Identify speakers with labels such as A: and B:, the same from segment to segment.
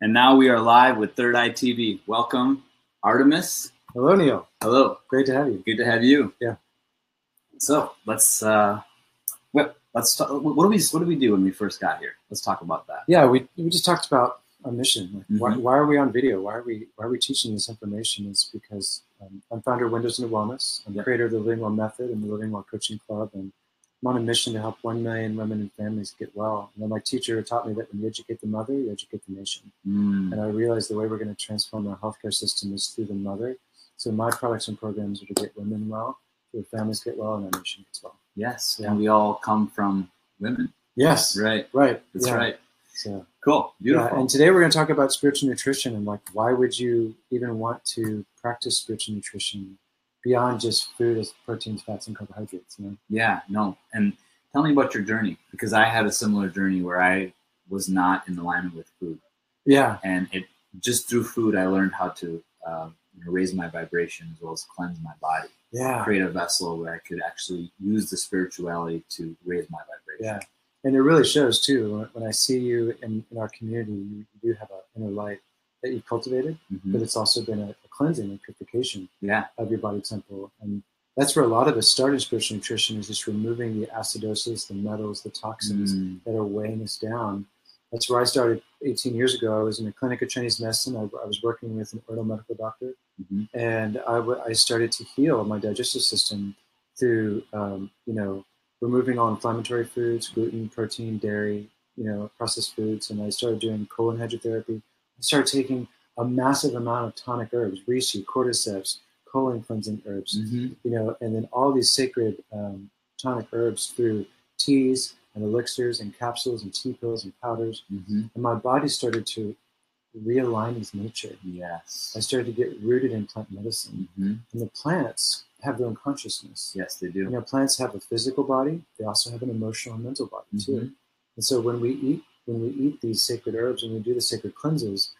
A: And now we are live with Third Eye TV. Welcome, Artemis.
B: Hello, Neil.
A: Hello.
B: Great to have you.
A: Good to have you.
B: Yeah.
A: So let's uh, well, let's talk, what do we what do we do when we first got here? Let's talk about that.
B: Yeah, we, we just talked about a mission. Like why,
A: Mhm.
B: why are we on video? Why are we why are we teaching this information? Is because um, I'm founder of Windows into Wellness. I'm
A: Yeah.
B: creator of the Living Well Method and the Living Well Coaching Club, and I'm on a mission to help one million women and families get well. And then my teacher taught me that when you educate the mother, you educate the nation.
A: Mm.
B: And I realized the way we're going to transform our healthcare system is through the mother. So my products and programs are to get women well, their families get well, and our nation gets well.
A: Yes,
B: Yeah.
A: and we all come from women.
B: Yes, right.
A: Right. That's
B: yeah.
A: right.
B: So.
A: Cool. Beautiful.
B: Yeah, and today we're going to talk about spiritual nutrition and like why would you even want to practice spiritual nutrition beyond just food as proteins, fats, and carbohydrates? You know?
A: Yeah, no. And tell me about your journey because I had a similar journey where I was not in alignment with food,
B: Yeah,
A: and it just through food I learned how to um, you know, raise my vibration as well as cleanse my body,
B: yeah,
A: create a vessel where I could actually use the spirituality to raise my vibration.
B: yeah. And it really shows too when- when I see you in, in our community. You do have an inner light that you've cultivated,
A: Mhm.
B: but it's also been a, a cleansing and purification
A: yeah,
B: of your body temple. And that's where a lot of us start in spiritual nutrition is just removing the acidosis, the metals, the toxins,
A: Mm.
B: that are weighing us down. That's where I started 18 years ago. I was in a clinic of Chinese medicine. I, I was working with an ortho medical doctor,
A: Mhm.
B: and I, w- I started to heal my digestive system through, um, you know, removing all inflammatory foods, gluten, protein, dairy, you know, processed foods. And I started doing colon hydrotherapy. I started taking a massive amount of tonic herbs, reishi, cordyceps, colon cleansing herbs
A: Mhm.
B: you know, and then all these sacred um, tonic herbs through teas and elixirs and capsules and tea pills and powders.
A: Mhm.
B: And my body started to realign with nature. I
A: Yes.
B: started to get rooted in plant medicine.
A: Mhm.
B: And the plants have their own consciousness.
A: Yes, they
B: You
A: do.
B: know, plants have a physical body, they also have an emotional and mental body
A: Mm-hmm.
B: too. And so when we eat, when we eat these sacred herbs and we do the sacred cleanses,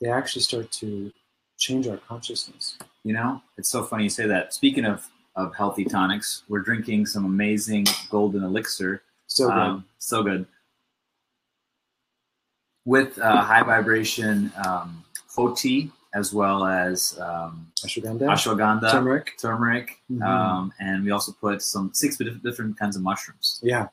B: they actually start to change our consciousness.
A: You know, it's so funny you say that. Speaking of of healthy tonics, we're drinking some amazing golden elixir
B: So good.
A: Um, so good. With uh, high vibration um, foti as well as um,
B: ashwagandha,
A: ashwagandha, turmeric,
B: turmeric. Mhm.
A: um, and we also put some six dif- different kinds of mushrooms.
B: Yeah.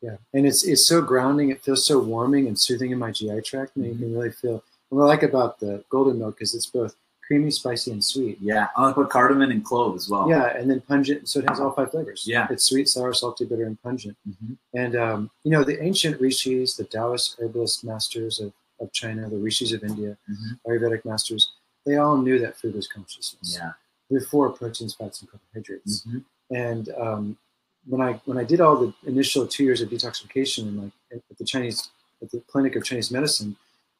B: Yeah. And it's it's so grounding. It feels so warming and soothing in my GI tract. And
A: Mhm.
B: you can really feel what I like about the golden milk is it's both creamy, spicy, and sweet.
A: Yeah, oh, I put cardamom and clove as well.
B: Yeah, and then pungent. So it has all five flavors.
A: Yeah.
B: It's sweet, sour, salty, bitter, and pungent.
A: Mhm.
B: And um, you know, the ancient rishis, the Taoist herbalist masters of, of China, the rishis of India,
A: Mhm.
B: Ayurvedic masters, they all knew that food was consciousness.
A: yeah,
B: Before proteins, fats, and carbohydrates
A: Mhm.
B: and um, when I when I did all the initial two years of detoxification and like at at the Chinese at the clinic of Chinese medicine,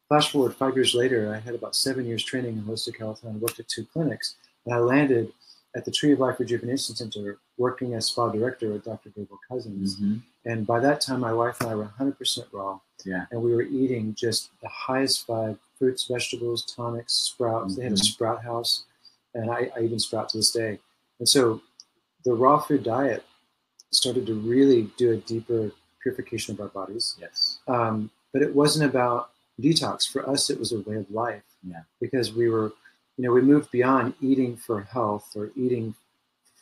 B: flash forward five years later, I had about seven years training in holistic health and I worked at two clinics and I landed at the Tree of Life Rejuvenation Center working as spa director with Dr. Gabriel Cousins.
A: Mhm.
B: And by that time, my wife and I were 100% raw.
A: Yeah.
B: And we were eating just the highest vibe fruits, vegetables, tonics, sprouts. They had a
A: Mhm.
B: sprout house, and I, I even sprout to this day. And so the raw food diet started to really do a deeper purification of our bodies.
A: yes,
B: Um, but it wasn't about detox. For us, it was a way of life.
A: Yeah.
B: Because we were, you know, we moved beyond eating for health or eating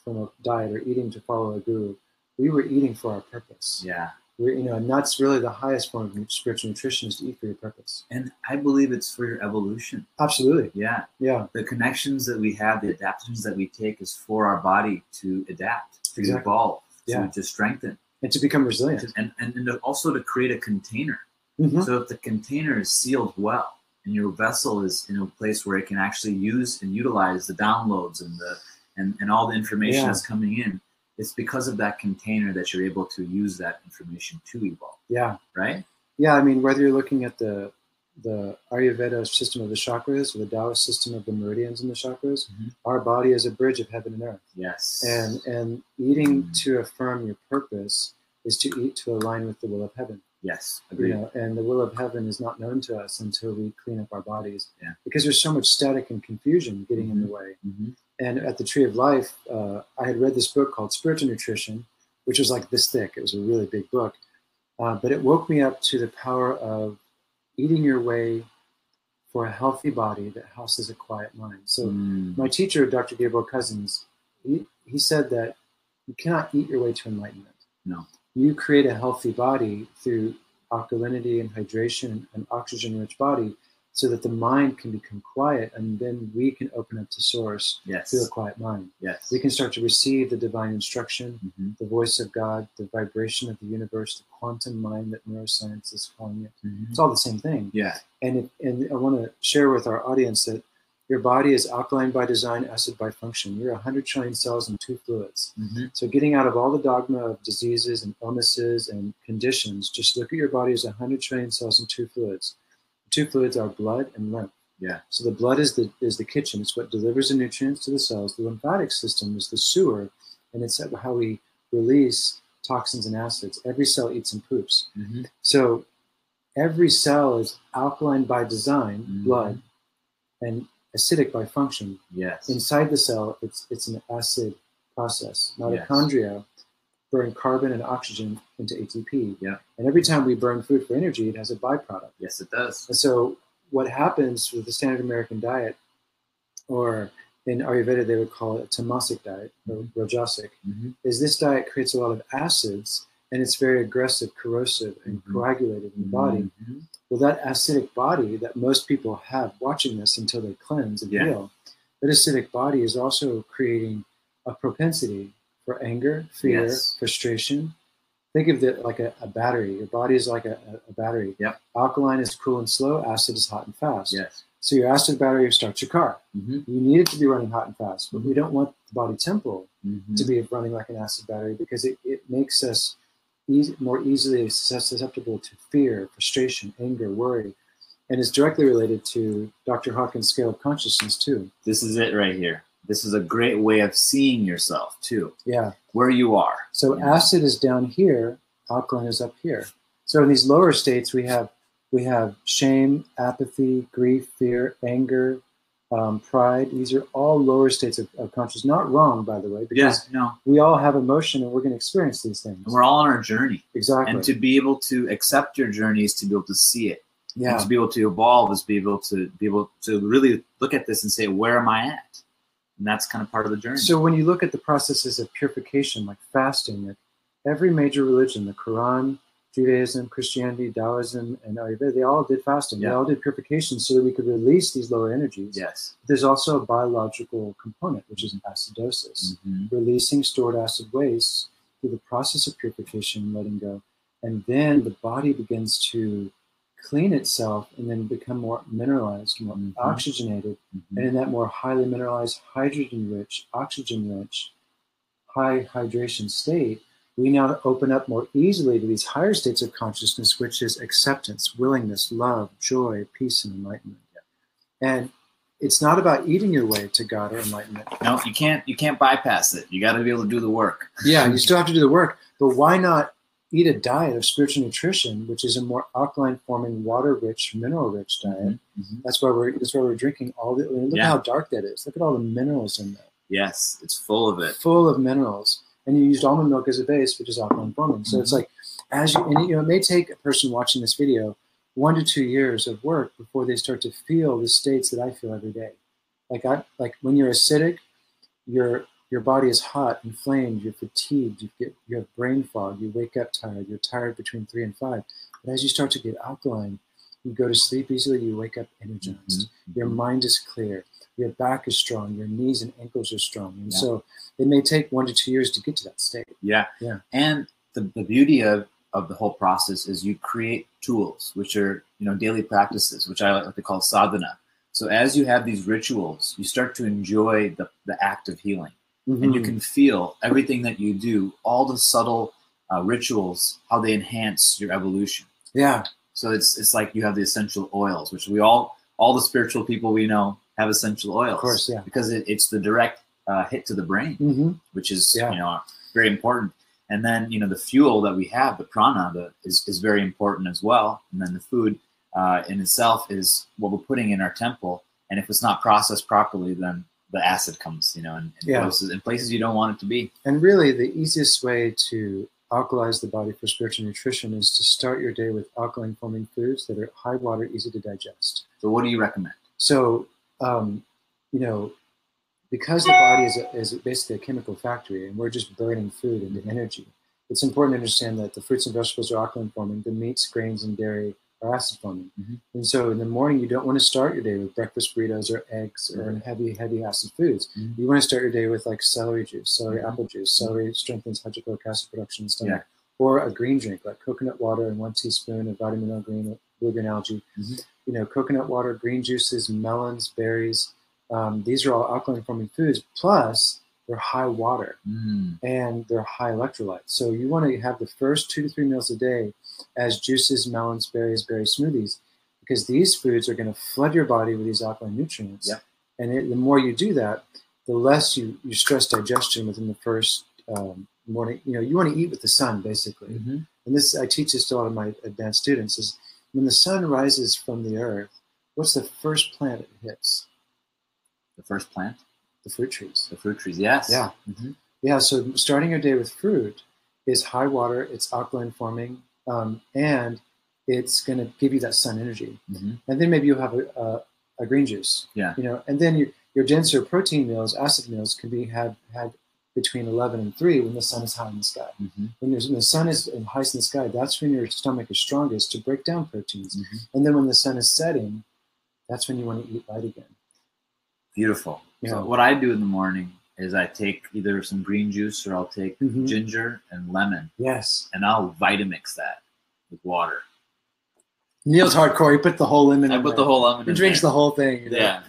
B: from a diet or eating to follow a guru. We were eating for our purpose
A: yeah.
B: we you know, and that's really the highest form of nu- spiritual nutrition is to eat for your purpose.
A: And I believe it's for your evolution.
B: Absolutely.
A: Yeah,
B: Yeah.
A: the connections that we have, the adaptations that we take, is for our body to adapt, to
B: Exactly.
A: evolve,
B: Yeah.
A: to, to strengthen.
B: And to become resilient.
A: To- and, and, and to- also to create a container.
B: Mhm.
A: So if the container is sealed well and your vessel is in a place where it can actually use and utilize the downloads and the and, and all the information
B: Yeah.
A: that's coming in, it's because of that container that you're able to use that information to evolve,
B: Yeah.
A: right?
B: Yeah. I mean, whether you're looking at the the Ayurveda system of the chakras or the Taoist system of the meridians and the chakras,
A: Mhm.
B: our body is a bridge of heaven and earth.
A: Yes.
B: And and eating
A: Mm.
B: to affirm your purpose is to eat to align with the will of heaven.
A: yes,
B: You
A: agreed.
B: know, and the will of heaven is not known to us until we clean up our bodies.
A: Yeah.
B: Because there's so much static and confusion getting in the way.
A: Mhm.
B: and at the Tree of Life, uh, I had read this book called Spiritual Nutrition, which was like this thick. It was a really big book, uh, but it woke me up to the power of eating your way for a healthy body that houses a quiet mind. So mm. my teacher, Dr. Gabriel Cousins, he, he said that you cannot eat your way to enlightenment.
A: No.
B: You create a healthy body through alkalinity and hydration and oxygen rich body so that the mind can become quiet and then we can open up to source
A: yes.
B: through a quiet mind.
A: Yes.
B: We can start to receive the divine instruction,
A: mm-hmm.
B: the voice of God, the vibration of the universe, the quantum mind that neuroscience is calling it.
A: Mm-hmm.
B: It's all the same thing.
A: Yeah.
B: And it, and I want to share with our audience that your body is alkaline by design, acid by function. You're 100 trillion cells and two fluids.
A: Mm-hmm.
B: So getting out of all the dogma of diseases and illnesses and conditions, just look at your body as 100 trillion cells and two fluids two fluids are blood and lymph.
A: Yeah.
B: So the blood is the is the kitchen. It's what delivers the nutrients to the cells. The lymphatic system is the sewer, and it's how we release toxins and acids. Every cell eats and poops.
A: Mm-hmm.
B: So every cell is alkaline by design,
A: Mm-hmm.
B: blood, and acidic by function.
A: Yes.
B: Inside the cell, it's it's an acid process.
A: Yes.
B: Mitochondria burn carbon and oxygen into ATP.
A: Yeah.
B: And every time we burn food for energy, it has a byproduct.
A: yes, it does.
B: And so, what happens with the standard American diet, or in Ayurveda they would call it a tamasic diet or
A: Mhm.
B: rajasic,
A: Mm-hmm.
B: is this diet creates a lot of acids and it's very aggressive, corrosive, and
A: Mhm.
B: coagulated in the body.
A: Mm-hmm.
B: Well, that acidic body that most people have watching this until they cleanse and
A: Yeah.
B: heal, that acidic body is also creating a propensity for anger, fear,
A: Yes.
B: frustration. Think of it like a, a battery. Your body is like a, a- a battery.
A: Yep.
B: Alkaline is cool and slow, acid is hot and fast.
A: Yes.
B: So your acid battery starts your car.
A: Mm-hmm.
B: You need it to be running hot and fast, but we don't want the body temple
A: Mm-hmm.
B: to be running like an acid battery because it, it makes us eas more easily sus- susceptible to fear, frustration, anger, worry, and is directly related to Dr. Hawkins' scale of consciousness, too.
A: This is it right here. This is a great way of seeing yourself too,
B: Yeah.
A: where you are.
B: So
A: Yeah.
B: acid is down here, alkaline is up here. So in these lower states, we have we have shame, apathy, grief, fear, anger, um, pride. These are all lower states of, of consciousness. Not wrong, by the way, because
A: Yes. No.
B: we all have emotion and we're going to experience these things.
A: And we're all on our journey.
B: exactly.
A: And to be able to accept your journey is to be able to see it.
B: yeah.
A: And to be able to evolve is be able to be able to really look at this and say, where am I at? And that's kind of part of the journey.
B: So when you look at the processes of purification, like fasting, like every major religion, the Quran, Judaism, Christianity, Taoism, and Ayurveda, they all did fasting. They
A: Yeah.
B: all did purification so that we could release these lower energies.
A: yes.
B: There's also a biological component, which is acidosis,
A: Mm-hmm.
B: releasing stored acid waste through the process of purification and letting go. And then the body begins to clean itself and then become more mineralized, more
A: Mhm.
B: oxygenated,
A: Mm-hmm.
B: and in that more highly mineralized, hydrogen rich, oxygen rich, high hydration state, we now open up more easily to these higher states of consciousness, which is acceptance, willingness, love, joy, peace, and enlightenment. And it's not about eating your way to God or enlightenment.
A: No, you can't you can't bypass it. You got to be able to do the work.
B: Yeah, you still have to do the work, but why not eat a diet of spiritual nutrition, which is a more alkaline forming, water rich, mineral rich diet?
A: Mhm.
B: That's why we're that's why we're drinking all the look
A: Yeah.
B: at how dark that is. Look at all the minerals in that.
A: Yes, it's full of it.
B: full of minerals. And you used almond milk as a base, which is alkaline forming. So it's like, as you, and you know, it may take a person watching this video one to two years of work before they start to feel the states that I feel every day. Like I, like when you're acidic, your your body is hot, inflamed, you're fatigued, you get you have brain fog, you wake up tired, you're tired between three and five. But as you start to get alkaline, you go to sleep easily, you wake up energized your mind is clear your back is strong your knees and ankles are strong and
A: Yeah.
B: so it may take one to two years to get to that state
A: Yeah.
B: Yeah.
A: And the, the beauty of, of the whole process is you create tools, which are, you know, daily practices, which I like to call sadhana. So as you have these rituals, you start to enjoy the, the act of healing and you
B: Hmm.
A: can feel everything that you do, all the subtle uh, rituals, how they enhance your evolution.
B: yeah
A: So it's, it's like you have the essential oils, which we all, all the spiritual people we know have essential oils.
B: of course yeah
A: Because it, it's the direct uh, hit to the brain
B: hmm
A: which is
B: Yeah.
A: you know very important. And then you know the fuel that we have, the prana, the, is is very important as well. And then the food uh, in itself is what we're putting in our temple. And if it's not processed properly, then the acid comes, you know, in, in
B: Yeah.
A: places in places you don't want it to be.
B: and really the easiest way to alkalize the body for spiritual nutrition is to start your day with alkaline forming foods that are high water, easy to digest.
A: So what do you recommend?
B: So, um, you know, because the body is, a, is basically a chemical factory and we're just burning food into energy, it's important to understand that the fruits and vegetables are alkaline forming, the meats, grains, and dairy are acid forming.
A: Mhm.
B: And so in the morning, you don't want to start your day with breakfast burritos or eggs or
A: Mhm.
B: heavy, heavy acid foods.
A: Mhm.
B: You want to start your day with like celery juice, celery
A: Mhm.
B: apple juice. Celery strengthens hydrochloric acid production in the stomach.
A: Yeah.
B: Or a green drink like coconut water and one teaspoon of vitamin L green, blue green algae.
A: Mhm.
B: You know, coconut water, green juices, melons, berries. Um, these are all alkaline forming foods. Plus, they're high water
A: Mm,
B: and they're high electrolytes. So you want to have the first two to three meals a day as juices, melons, berries, berry smoothies, because these foods are going to flood your body with these alkaline nutrients.
A: Yep.
B: And it, the more you do that, the less you, you stress digestion within the first um, morning. You know, you want to eat with the sun, basically.
A: mhm.
B: And this I teach this to a lot of my advanced students is when the sun rises from the earth, what's the first plant it hits?
A: The first plant,
B: The fruit trees.
A: the fruit trees. Yes.
B: Yeah.
A: Mhm.
B: Yeah, so starting your day with fruit is high water, it's alkaline forming, um, and it's going to give you that sun energy.
A: Mhm.
B: And then maybe you'll have a, a, a green juice.
A: Yeah.
B: You know, and then your your denser protein meals, acid meals, can be had had between 11 and 3 when the sun is high in the sky.
A: Mhm.
B: When, there's, when the sun is in- highest in the sky, that's when your stomach is strongest to break down proteins.
A: Mhm.
B: And then when the sun is setting, that's when you want to eat light again.
A: Beautiful.
B: Yeah.
A: So what I do in the morning is I take either some green juice or I'll take
B: Mm-hmm.
A: ginger and lemon,
B: Yes.
A: and I'll Vitamix that with water.
B: Neil's hardcore. He put the whole lemon
A: I
B: in
A: put the
B: there.
A: whole lemon.
B: He
A: in
B: drinks
A: there.
B: the whole thing. you know?
A: Yeah.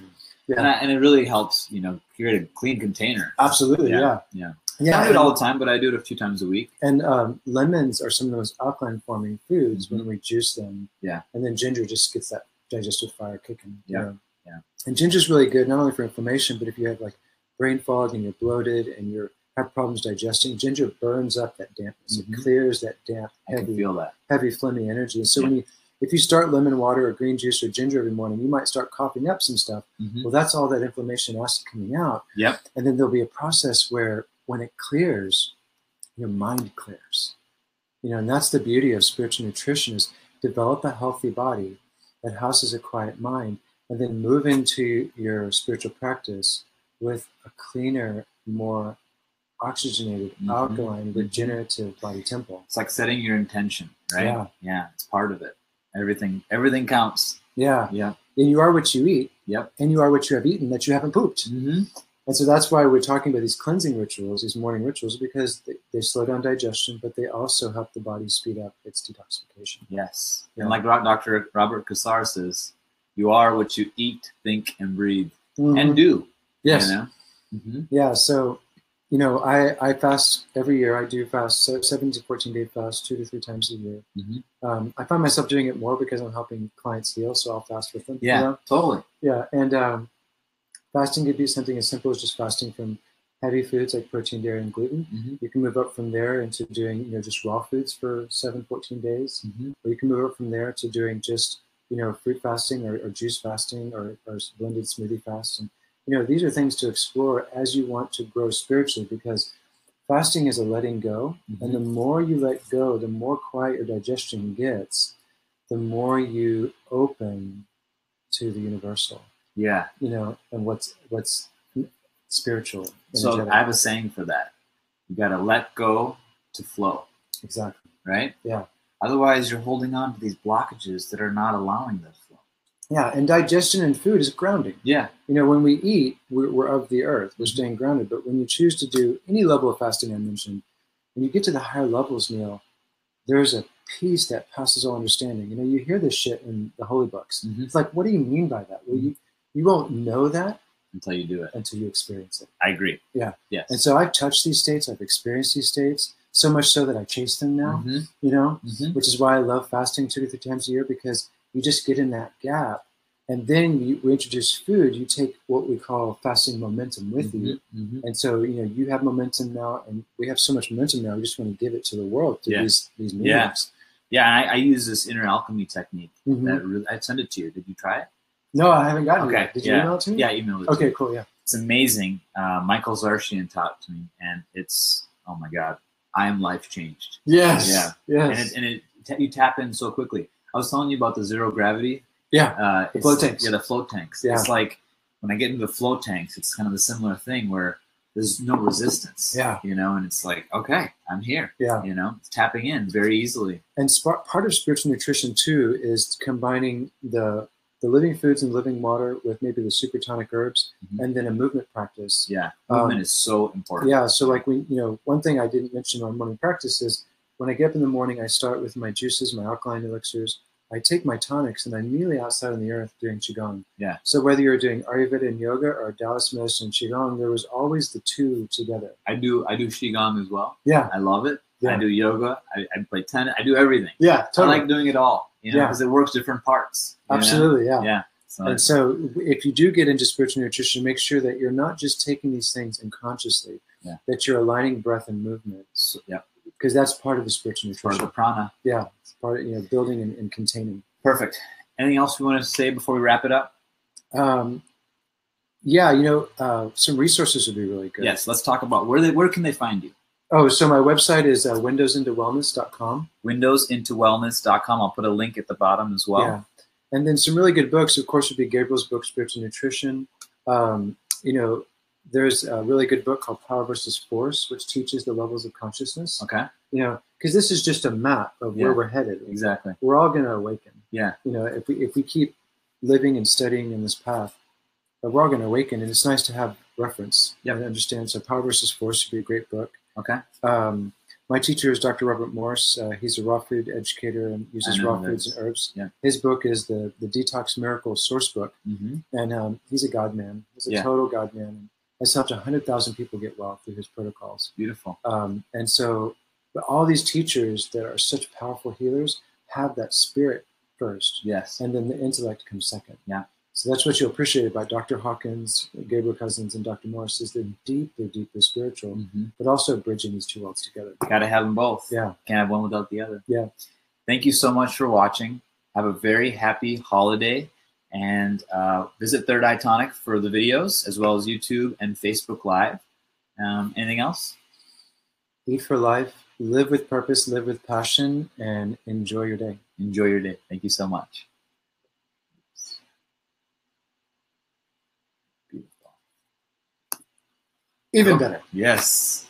B: Yeah.
A: And, I, and it really helps, you know, create a clean container.
B: Absolutely, yeah,
A: Yeah. I
B: yeah.
A: don't do it all the time, but I do it a few times a week.
B: and um, lemons are some of the most alkaline-forming foods when we juice them.
A: Mm-hmm. Yeah.
B: and then ginger just gets that digestive fire kicking. you
A: Yeah,
B: know.
A: yeah.
B: And ginger's really good not only for inflammation, but if you have like brain fog and you're bloated and you have problems digesting, ginger burns up that dampness.
A: Mhm.
B: It clears that damp,
A: I can
B: heavy,
A: feel that.
B: heavy, phlegmy energy. So
A: Yeah.
B: when you if you start lemon water or green juice or ginger every morning, you might start coughing up some stuff.
A: Mhm.
B: Well, that's all that inflammation and acid coming out.
A: Yep.
B: And then there'll be a process where when it clears, your mind clears. You know, and that's the beauty of spiritual nutrition is develop a healthy body that houses a quiet mind and then move into your spiritual practice with a cleaner, more oxygenated,
A: Mhm.
B: alkaline,
A: Mhm.
B: regenerative body temple.
A: It's like setting your intention, right?
B: Yeah.
A: Yeah. It's part of it. Everything, everything counts.
B: Yeah.
A: Yeah.
B: And you are what you eat.
A: Yep.
B: And you are what you have eaten that you haven't pooped.
A: Mm-hmm.
B: And so that's why we're talking about these cleansing rituals, these morning rituals, because they, they slow down digestion, but they also help the body speed up its detoxification.
A: Yes.
B: Yeah.
A: And like Ro- Dr. Robert Kassar says, you are what you eat, think, and breathe and do.
B: Mm-hmm. yes.
A: You know? mm-hmm.
B: Yeah. So, you know, I, I fast every year. I do fast so seven to 14 day fast, two to three times a year.
A: Mhm.
B: Um, I find myself doing it more because I'm helping clients heal. So I'll fast with them. you
A: Yeah,
B: know?
A: totally.
B: Yeah, and um, fasting could be something as simple as just fasting from heavy foods like protein, dairy, and gluten.
A: Mhm.
B: You can move up from there into doing, you know, just raw foods for 7, 14 days.
A: Mm-hmm.
B: Or you can move up from there to doing just, you know, fruit fasting or, or juice fasting or, or blended smoothie fast. And, you know, these are things to explore as you want to grow spiritually because fasting is a letting go.
A: Mm-hmm.
B: And the more you let go, the more quiet your digestion gets, the more you open to the universal
A: Yeah.
B: you know, and what's what's spiritual.
A: So
B: energetic.
A: I have a saying for that. You got to let go to flow,
B: exactly.
A: right?
B: Yeah.
A: Otherwise, you're holding on to these blockages that are not allowing the flow.
B: Yeah, and digestion and food is grounding.
A: Yeah.
B: You know, when we eat, we're, we're of the earth, we're staying grounded. But when you choose to do any level of fasting I mentioned, when you get to the higher levels, Neil, there's a peace that passes all understanding. You know, you hear this shit in the holy books.
A: Mhm.
B: It's like, what do you mean by that? Well, you you won't know that
A: Until you do it.
B: until you experience it.
A: I agree.
B: Yeah.
A: Yes.
B: And so I've touched these states, I've experienced these states, so much so that I chase them now.
A: hmm
B: You know,
A: hmm
B: which is why I love fasting two to three times a year because you just get in that gap. And then you we introduce food, you take what we call fasting momentum with you.
A: hmm
B: And so, you know, you have momentum now, and we have so much momentum now, we just want to give it to the world through
A: Yeah.
B: these, these meals.
A: Yeah. Yeah. I, I use this inner alchemy technique
B: Mhm.
A: that really, I sent it to you. Did you try it?
B: No, I haven't gotten
A: Okay,
B: it. yet. Did you
A: yeah.
B: email it to me?
A: Yeah. I emailed it. to
B: Mm-hmm. Okay,
A: you.
B: cool. Yeah.
A: It's amazing. Uh, Michael Zarshian taught it to me, and it's, oh my God, I am life changed.
B: Yes.
A: Yeah.
B: Yes.
A: And, it, and it, you tap in so quickly. I was telling you about the zero gravity.
B: Yeah,
A: Uh, it's-
B: float tanks.
A: Yeah, the float tanks.
B: Yeah.
A: It's like when I get into the float tanks, it's kind of a similar thing where there's no resistance.
B: Yeah.
A: You know, and it's like, okay, I'm here.
B: Yeah.
A: You know, it's tapping in very easily.
B: and sp- part of spiritual nutrition too is combining the the living foods and living water with maybe the supertonic herbs
A: Mhm.
B: and then a movement practice
A: Yeah.
B: Um,
A: Movement is so important.
B: yeah so like when you know one thing i didn't mention on morning practice is when i get up in the morning i start with my juices my alkaline elixirs i take my tonics and i'm immediately outside on the earth doing qigong
A: Yeah.
B: so whether you're doing ayurveda and yoga or taoist medicine and qigong there was always the two together
A: I do. I do qigong as well.
B: yeah
A: I love it.
B: Yeah.
A: I do yoga. I, I play tennis. I do everything.
B: yeah
A: I
B: totally
A: like doing it all. You know,
B: Yeah.
A: because it works different parts. you know?
B: absolutely yeah
A: So
B: And so, if you do get into spiritual nutrition, make sure that you're not just taking these things unconsciously,
A: Yeah.
B: that you're aligning breath and movement,
A: so- yeah,
B: because that's part of the spiritual
A: for
B: nutrition.
A: the prana.
B: Yeah, it's part of you know building and, and containing.
A: Perfect. Anything else we want to say before we wrap it up?
B: Um, yeah, you know, uh, some resources would be really good.
A: Yes. Let's talk about where they where can they find you?
B: Oh, so my website is uh, windowsintowellness.com.
A: Windowsintowellness.com. I'll put a link at the bottom as well.
B: Yeah. And then some really good books, of course, would be Gabriel's book, Spiritual Nutrition. Um, you know, there's a really good book called Power versus Force, which teaches the levels of consciousness.
A: Okay.
B: you know, because this is just a map of where
A: Yeah.
B: we're headed.
A: Exactly.
B: We're all going to awaken.
A: Yeah.
B: You know, if we if we keep living and studying in this path, uh, we're all going to awaken, and it's nice to have reference
A: Yep.
B: and understand. So, Power versus Force would be a great book.
A: Okay.
B: Um, my teacher is Dr. Robert Morse. Uh, he's a raw food educator and uses
A: I know
B: raw
A: that.
B: foods and herbs.
A: Yeah.
B: His book is the the Detox Miracle Source Book,
A: hmm
B: and um, he's a god man. He's a
A: Yeah.
B: total god man. Has helped hundred thousand people get well through his protocols.
A: Beautiful.
B: Um, and so, but all these teachers that are such powerful healers have that spirit first,
A: Yes.
B: and then the intellect comes second.
A: Yeah.
B: So that's what you'll appreciate about Dr. Hawkins, Gabriel Cousins, and Dr. Morris is they're deeply, deeply spiritual,
A: hmm
B: but also bridging these two worlds together.
A: Got to have them both.
B: Yeah.
A: Can't have one without the other.
B: Yeah.
A: Thank you so much for watching. Have a very happy holiday and uh, visit Third Eye Tonic for the videos as well as YouTube and Facebook Live. Um, anything else?
B: Eat for life, live with purpose, live with passion, and enjoy your day.
A: Enjoy your day. Thank you so much.
B: Even better.
A: Yes.